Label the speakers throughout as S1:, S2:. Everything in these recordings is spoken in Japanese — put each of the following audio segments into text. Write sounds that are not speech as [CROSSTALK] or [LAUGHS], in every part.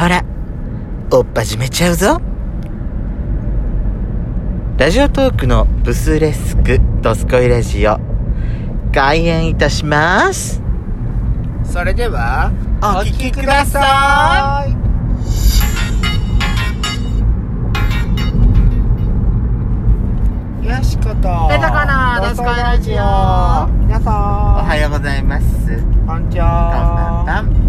S1: ほら、おっぱじめちゃうぞ。ラジオトークのブスレスクドスコイラジオ、開演いたします。
S2: それでは
S1: お聞きくださ
S2: いよしこと
S1: 出たかな
S2: どすこい
S1: ラジオ
S2: 皆さ
S1: お
S2: ん
S1: はようございます。
S2: うこんにち
S1: こんばん
S2: は
S1: ばん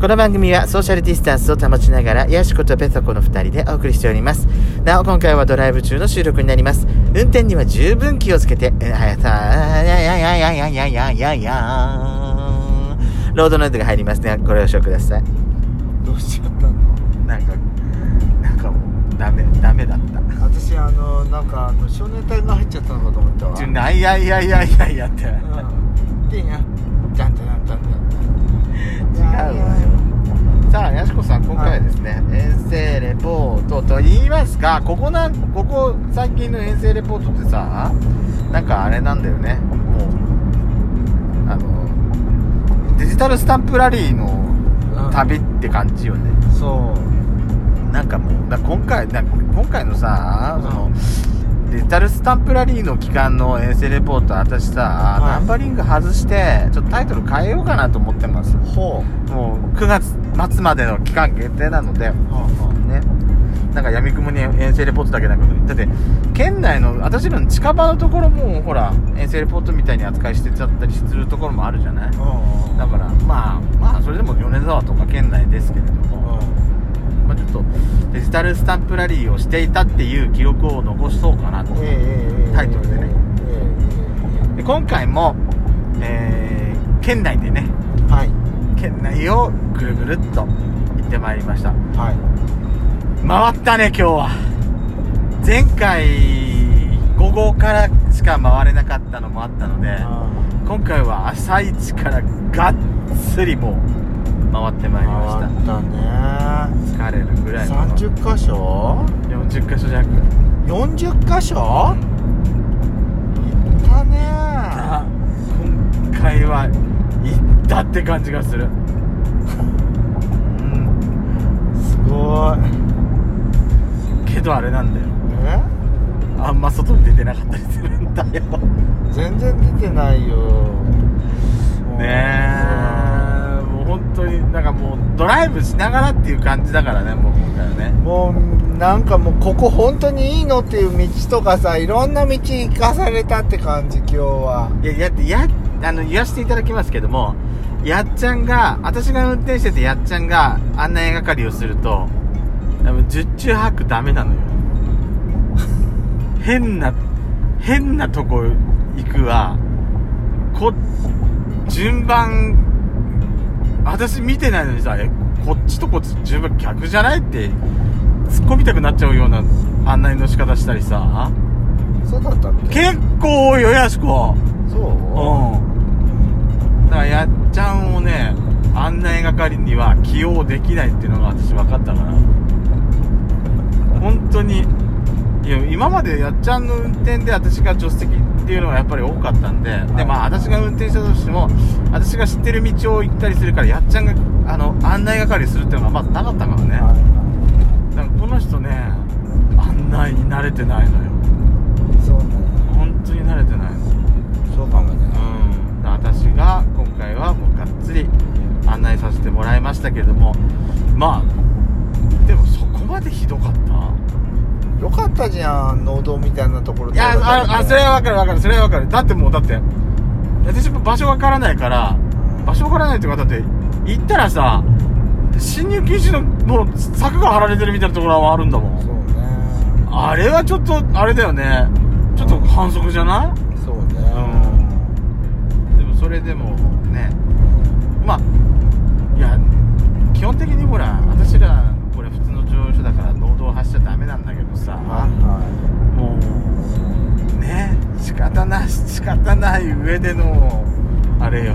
S1: この番組はソーシャルディスタンスを保ちながらヤシコとペソコの2人でお送りしておりますなお今回はドライブ中の収録になります運転には十分気をつけてえーはやさあやややややややややロードノイズが入りますねご了承ください
S2: どうしちゃったの
S1: なんかなんかもうダメダメだった
S2: 私あのなんかあの少年隊が入っちゃったのかと思ったわ
S1: ちょないやいやいやいやいやって
S2: うんでいいなじゃんじゃんじゃんじゃん
S1: 違うわよさあやしこさん今回はですね、遠征レポートと言いますがここなんここ最近の遠征レポートってさなんかあれなんだよねもうあのデジタルスタンプラリーの旅って感じよね、
S2: そう
S1: なんかもうだ今回なんか今回のさ
S2: うん
S1: そのデジタルスタンプラリーの期間の遠征レポート私さ、
S2: い
S1: ナンバリング外してちょっとタイトル変えようかなと思ってます
S2: ほ
S1: もう9月末までの期間限定なので
S2: うはあは
S1: ねなんかやみくもに遠征レポートだけなんかだって県内の私らの近場のところもほら遠征レポートみたいに扱いしてちゃったりするところもあるじゃないだ
S2: あ
S1: からまあまあそれでも米沢とか県内ですけれど
S2: うん
S1: も、まあ、ちょっとデジタルスタンプラリーをしていたっていう記録を残そうかなと
S2: ええええええ
S1: タイトルでね
S2: えええ
S1: で今回も、えー県内でね
S2: えええはい
S1: 県内をぐるぐるっと行ってまいりました
S2: はい
S1: 回ったね今日は前回午後からしか回れなかったのもあったので今回は朝一からがっつりもう回ってまいり
S2: 回
S1: ま
S2: ったね
S1: した疲れるぐらいの
S2: 30箇所
S1: 40箇所弱
S2: 40箇所行ったね
S1: あ今回は行ったって感じがするうん
S2: すごい
S1: けどあれなんだよ
S2: え
S1: あんま外に出てなかったりするんだよ
S2: 全然出てないよ
S1: ねえもう本当になんかもうドライブしながらっていう感じだからねもう今回はね
S2: もうなんかもうここ本当にいいのっていう道とかさいろんな道行かされたって感じ今日はい
S1: ややってやあの言わせていただきますけどもやっちゃんが私が運転しててやっちゃんが案内係をするとあの十中八九ダメなのよ変な変なとこ行くわこ順番私見てないのにさえこっちとこっち順番逆じゃないって突っ込みたくなっちゃうような案内の仕方したりさ
S2: そうだったっけ
S1: 結構多いよやしこ
S2: そう
S1: うんだからやっちゃんをね案内係には起用できないっていうのが私分かったから本当にいや今までやっちゃんの運転で私が助手席っていうのがやっぱり多かったんで,、でまあ私が運転したとしても私が知ってる道を行ったりするからやっちゃんがあの案内係するっていうのがまずなかったからね、
S2: はいは
S1: なんかこの人ね案内に慣れてないのよ
S2: いそうね
S1: 本当に慣れてないの
S2: そうかもね
S1: うん、私が今回はもうがっつり案内させてもらいましたけれどもまあでもそこまでひどかった
S2: よかったじゃん農道みたいなところ
S1: いやああそれはわかるわかるそれはわかるだってもうだって私も場所わからないから場所わからないっていうかだって行ったらさ進入禁止のもう柵が張られてるみたいなところはあるんだも
S2: そ
S1: ん
S2: うね
S1: あれはちょっとあれだよねちょっと反則じゃな
S2: そうね
S1: いでもそれでもねまあいや基本的にほら私らこれ普通の乗用車だから農道を走っちゃダメなんだけどさ
S2: は
S1: もうね仕方ない仕方ない上でのあれよ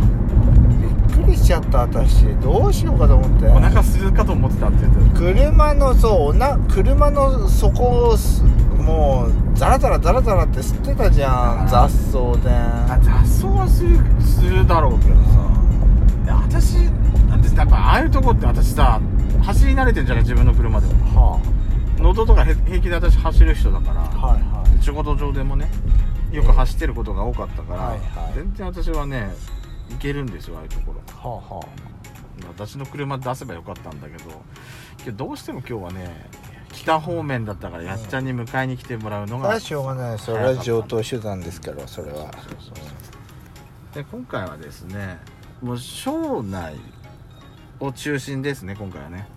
S2: いびっくりしちゃった私どうしようかと思って
S1: お腹するかと思ってたって言って
S2: 車のそうおな車の底をすもうザラザラザラザラって吸ってたじゃ
S1: あ
S2: ん
S1: ー
S2: 雑草で
S1: たあ雑草はするするだろうけどさいや私だってですだからああいうとこって私さ走り慣れてんじゃない自分の車でも
S2: は
S1: 喉とかへ平気で私走る人だから、
S2: あはいはい
S1: 仕事上でもねよく走ってることが多かったから、
S2: はいはい
S1: 全然私はね行けるんですよああいうところ
S2: はあは
S1: 私の車出せばよかったんだけどけどどうしても今日はね北方面だったからやっちゃんに迎えに来てもらうの
S2: あ
S1: が、
S2: はしょうがないそれは上等手段ですからそれは
S1: そうそうそうで今回はですねもう省内を中心ですね今回はね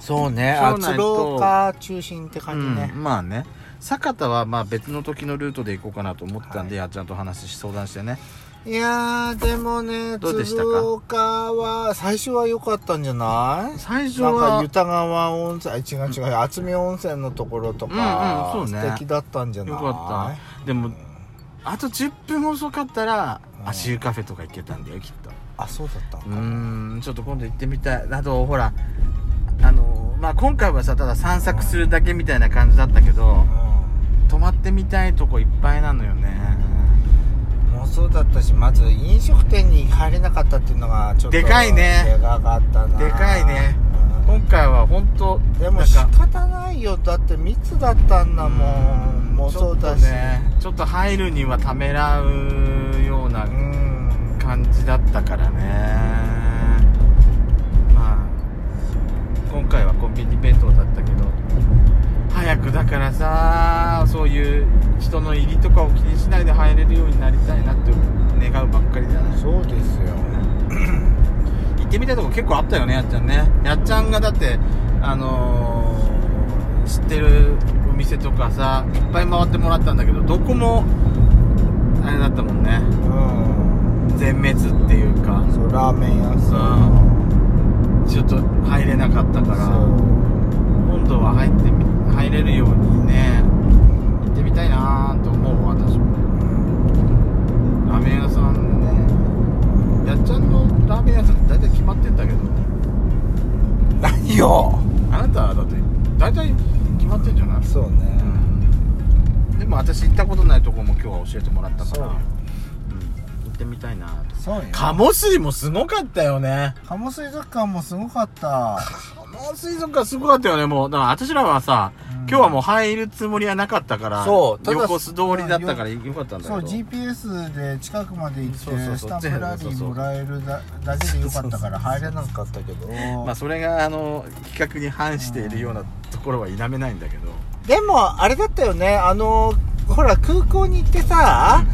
S2: そうね
S1: そう
S2: 圧
S1: ない
S2: 浪
S1: と
S2: 化中心って感じね
S1: うん、まあね酒田はまあ別の時のルートで行こうかなと思ってたんで、やっちゃんと話し相談してね
S2: いやーでもね
S1: どうでしたか
S2: 鶴岡は最初は良かったんじゃない
S1: 最初
S2: なんか
S1: は
S2: 湯田川温泉あ違う違う、厚見温泉のところとか、
S1: うんうんそうね
S2: 素敵だったんじゃない
S1: よかったで
S2: う
S1: も
S2: ん
S1: あと10分遅かったら
S2: うん
S1: 足湯カフェとか行けたんだよきっと
S2: あそうだったのか
S1: う
S2: な
S1: ーんちょっと今度行ってみたいあとほらあのまあ今回はさただ散策するだけみたいな感じだったけど泊まってみたいとこいっぱいなのよね
S2: うんもうそうだったしまず飲食店に入れなかったっていうのがちょっと
S1: でかいね
S2: でかかったな
S1: でかいね
S2: うん
S1: 今回は本当
S2: でも
S1: なん
S2: 仕
S1: か
S2: 方ないよだって密だったんだもんもう
S1: ちょ
S2: そ
S1: っ
S2: う
S1: と
S2: だし
S1: ねちょっと入るにはためらうような
S2: うん
S1: 感じだったからねまあ今回はコンビニ弁当だったけど早くだからさそういう人の入りとかを気にしないで入れるようになりたいなって願うばっかりじゃない
S2: そうですよ
S1: 行ってみたいとこ結構あったよねやっちゃんねやっちゃんがだってあのー知ってるお店とかさいっぱい回ってもらったんだけどどこもあれだったもんね
S2: うん
S1: 全滅っていうか
S2: そうラーメン屋さん
S1: ちょっと入れなかったから
S2: そう
S1: 今度は入ってみ入れるようにね行ってみたいなーと思うわ私もラーメン屋さんねやっちゃんのラーメン屋さんって大体決まってんだけど
S2: 何よ
S1: あなたはだって大体決まってんじゃない
S2: そうね
S1: うんでも私行ったことないとこも今日は教えてもらったか
S2: そう
S1: ら、うん、行ってみたいなと
S2: そうよ
S1: 鴨水もすごかったよね
S2: 鴨水族館もすごかった
S1: 鴨水族館すごかったよねもうだから私らはさ、
S2: うん
S1: 今日はもう入るつもりはなかったから
S2: そうただ
S1: 横素通りだったからよかったんだけ
S2: そう
S1: ど
S2: GPS で近くまで行って
S1: そうそうそう
S2: スタンプラリーもらえるだだけでよかったから入れなかったけど
S1: まあそれがあの企画に反しているようなところは否めないんだけど
S2: でもあれだったよねあのほら空港に行ってさ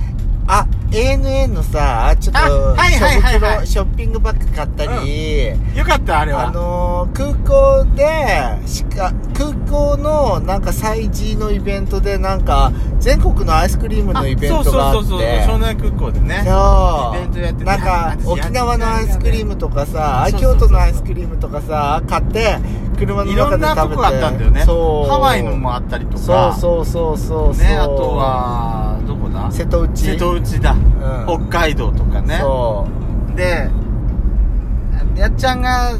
S2: あ ANA のさちょっと
S1: あはいはいはいはい
S2: 小袋ショッピングバッグ買ったり、
S1: よかったあれは
S2: あの空港でしか空港のなんか催事のイベントでなんか全国のアイスクリームのイベントがあって
S1: そうそうそうそう庄内空港でね
S2: そう
S1: イベントやってて
S2: なんか
S1: 私
S2: 沖縄のアイスクリームとかさ
S1: そうそうそう
S2: 京都のアイスクリームとかさ買って車の
S1: いろ
S2: 中
S1: ん
S2: で
S1: なと
S2: 食べて
S1: こあったんだよね
S2: そう
S1: ハワイのもあったりとか
S2: そうそうそうそうそう
S1: ねあとはどこだ
S2: 瀬戸内
S1: 瀬戸内だ、
S2: ん
S1: 北海道とかね
S2: そ
S1: でやっちゃんが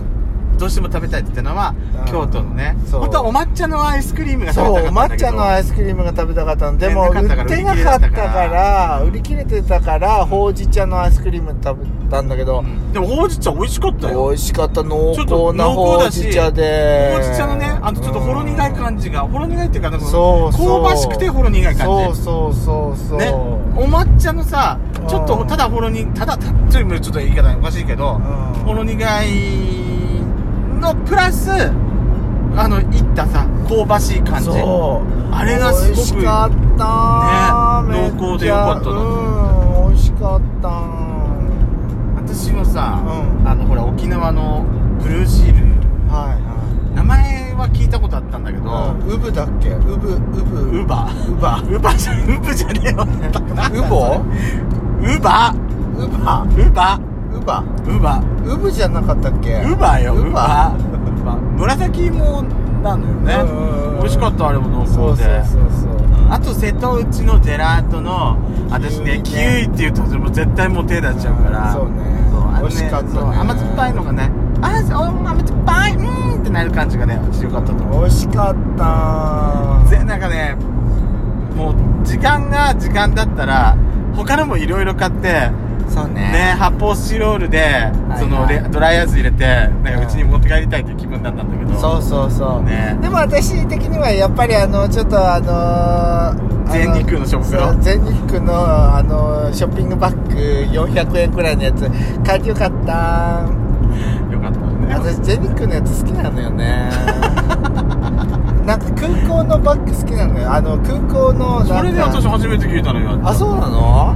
S1: どうしても食べたいって言ったのは、
S2: うん
S1: 京都のね
S2: そう
S1: 本当はお抹茶のアイスクリーム
S2: う
S1: が食
S2: [LAUGHS] そ
S1: べ
S2: う
S1: たか
S2: 抹
S1: ったんだけど
S2: 茶のアイスクリームが食べたかったのでも
S1: ね
S2: 売
S1: なかったから
S2: ってなかっ
S1: 売り切れ
S2: た
S1: てた
S2: か
S1: から
S2: 売り切れてたからほうじ茶のアイスクリーム食べたんだけど、
S1: うんでもほうじ茶美味しかったよ
S2: 美味しかった濃
S1: ちょっと
S2: 厚なほ
S1: 濃厚
S2: う
S1: だし
S2: じ茶で
S1: ほうじ茶のねあとちょっとほろ苦い感じが、ほろ苦いっていうかなんか
S2: そうそう
S1: 香ばしくてほろ苦い感じ
S2: そうそうそうそう
S1: ね、お抹茶のさちょっ
S2: う
S1: と
S2: ん
S1: ただほろにただたっちょっと言い方おかしいけど、
S2: うん
S1: ほろ苦いのプラスあのいったさ香ばしい感じ
S2: そう
S1: あれがすごく
S2: 美味しかった、
S1: ね
S2: めっちゃ
S1: 濃厚でよかったな
S2: うん美味しかった
S1: 私もさ、
S2: う
S1: あのほら沖縄のブルーシー
S2: は
S1: ル名前は聞いたことあったんだけ
S2: い
S1: ど、
S2: はい、うん、ウブだっけウブウブ
S1: ウバ
S2: ウバ
S1: ウバじゃウブじゃねえよ
S2: [LAUGHS] ウボ
S1: ウバ
S2: ウ
S1: ウ
S2: バ
S1: バ
S2: ウバ
S1: ウバ
S2: ウブじゃなかったっけ
S1: ウバよ
S2: ウ
S1: ウ
S2: バ
S1: バ紫芋なのよね、
S2: うん
S1: 美味しかったあれも濃厚で
S2: そうそうそうそう
S1: あと瀬戸内のジェラートの私ね
S2: キ
S1: キ
S2: ウイ
S1: ウ
S2: ね
S1: イっていうともう絶対もう手出しちゃうから
S2: そうね
S1: そうあのね
S2: 美味しかったね
S1: そう甘酸っぱいのがねあそう甘酸っぱいうーんってなる感じがね私よかったと思う
S2: 美味しかった
S1: ぜなんかねもう時間が時間だったら他のもいろいろ買って
S2: そうね
S1: ね、発泡スチロールで
S2: い
S1: そのレドライアイス入れてなんかうちに持って帰りたいっていう気分だったんだけど
S2: そうそうそう、
S1: ね
S2: でも私的にはやっぱりあのちょっとあのー
S1: 全日空のショップ
S2: そう全日空のあのショッピングバッグ400円くらいのやつ買えてよか
S1: よかっ
S2: った
S1: たね
S2: 私全日空のやつ好きなのよ
S1: [LAUGHS]
S2: ねなんか空港のバッグ好きなのよあの空港の
S1: それで
S2: なんか
S1: 私初めて聞いたのよ
S2: あそうなの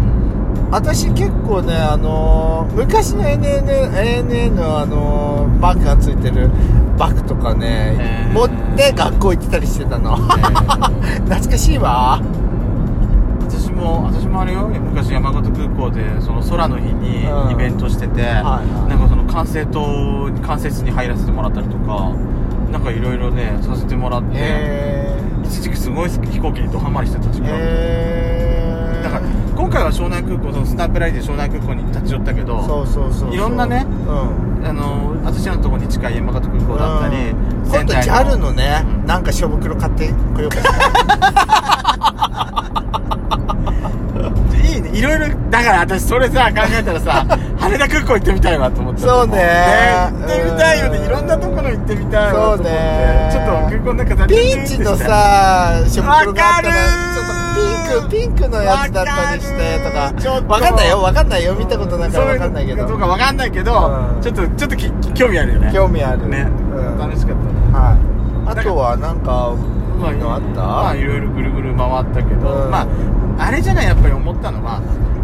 S2: 私結構ねあのー昔の ANN, ANN のあのーバッグがついてるバッグとかね
S1: へー
S2: 持って学校行ってたりしてたの [LAUGHS] 懐かしいわ
S1: 私も私もあれよ昔山形空港でその空の日
S2: うん
S1: にイベントしてて、
S2: はい
S1: なんかその管制塔管制室に入らせてもらったりとかなんかいろいろねさせてもらって、
S2: へ
S1: 一時期すごい飛行機にドハマりしてた時
S2: ー
S1: 間、
S2: へー
S1: だから今回は湘南空港そのスナップラリーで湘南空港に立ち寄ったけど
S2: そうそうそうそうい
S1: いろんなね
S2: うん
S1: あの私らのところに近い山形空港だったり、
S2: うん今
S1: 仙
S2: 度
S1: 台
S2: JAL のね
S1: うん
S2: なんか小袋買ってこようか
S1: いいねいろいろだから私それさ考えたら
S2: [LAUGHS]
S1: さ羽田空港行ってみたいわと思った
S2: そうね
S1: 行ってみたいよねいろんなところ行ってみたいわと思って
S2: そうね
S1: ちょっと空港の中残
S2: ピ
S1: 念
S2: ーチのさ小袋があったらちょ
S1: わ
S2: っ
S1: か
S2: と
S1: る
S2: ピンクピンクのやつだったりしてとか
S1: ちょっと
S2: わかんないよわかんないよ見たことないからわかんないけ
S1: そう
S2: ど
S1: うのどうかわかんないけど、
S2: うん
S1: ちょっとちょっときき興味あるよね
S2: 興味ある
S1: ね、
S2: うん
S1: 楽しかったね
S2: はいあとはなんか
S1: ま
S2: いいのあった
S1: まあいろいろぐるぐる回ったけど、
S2: うん
S1: まああれじゃないやっぱり思ったのは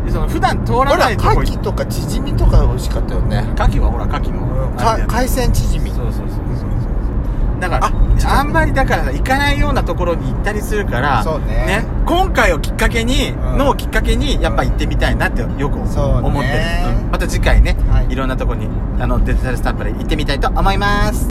S1: その普段通
S2: ほ
S1: らな
S2: ら
S1: いとこ
S2: カ
S1: 行
S2: キとかチヂミとか美味しかったよね
S1: カキはほらカキの、あれだ
S2: か
S1: よね
S2: 海鮮チヂミ
S1: そうそうそうそうそうそうだから
S2: あ
S1: あんまりだからさ行かないようなところに行ったりするから
S2: そうね
S1: 今回をきっかけに、
S2: うん
S1: のをきっかけにやっぱ行ってみたいなってよく思
S2: そうね
S1: 思ってる、うんまた次回ね、
S2: はい
S1: いろんなとこにあのデジタルスタンプで行ってみたいと思います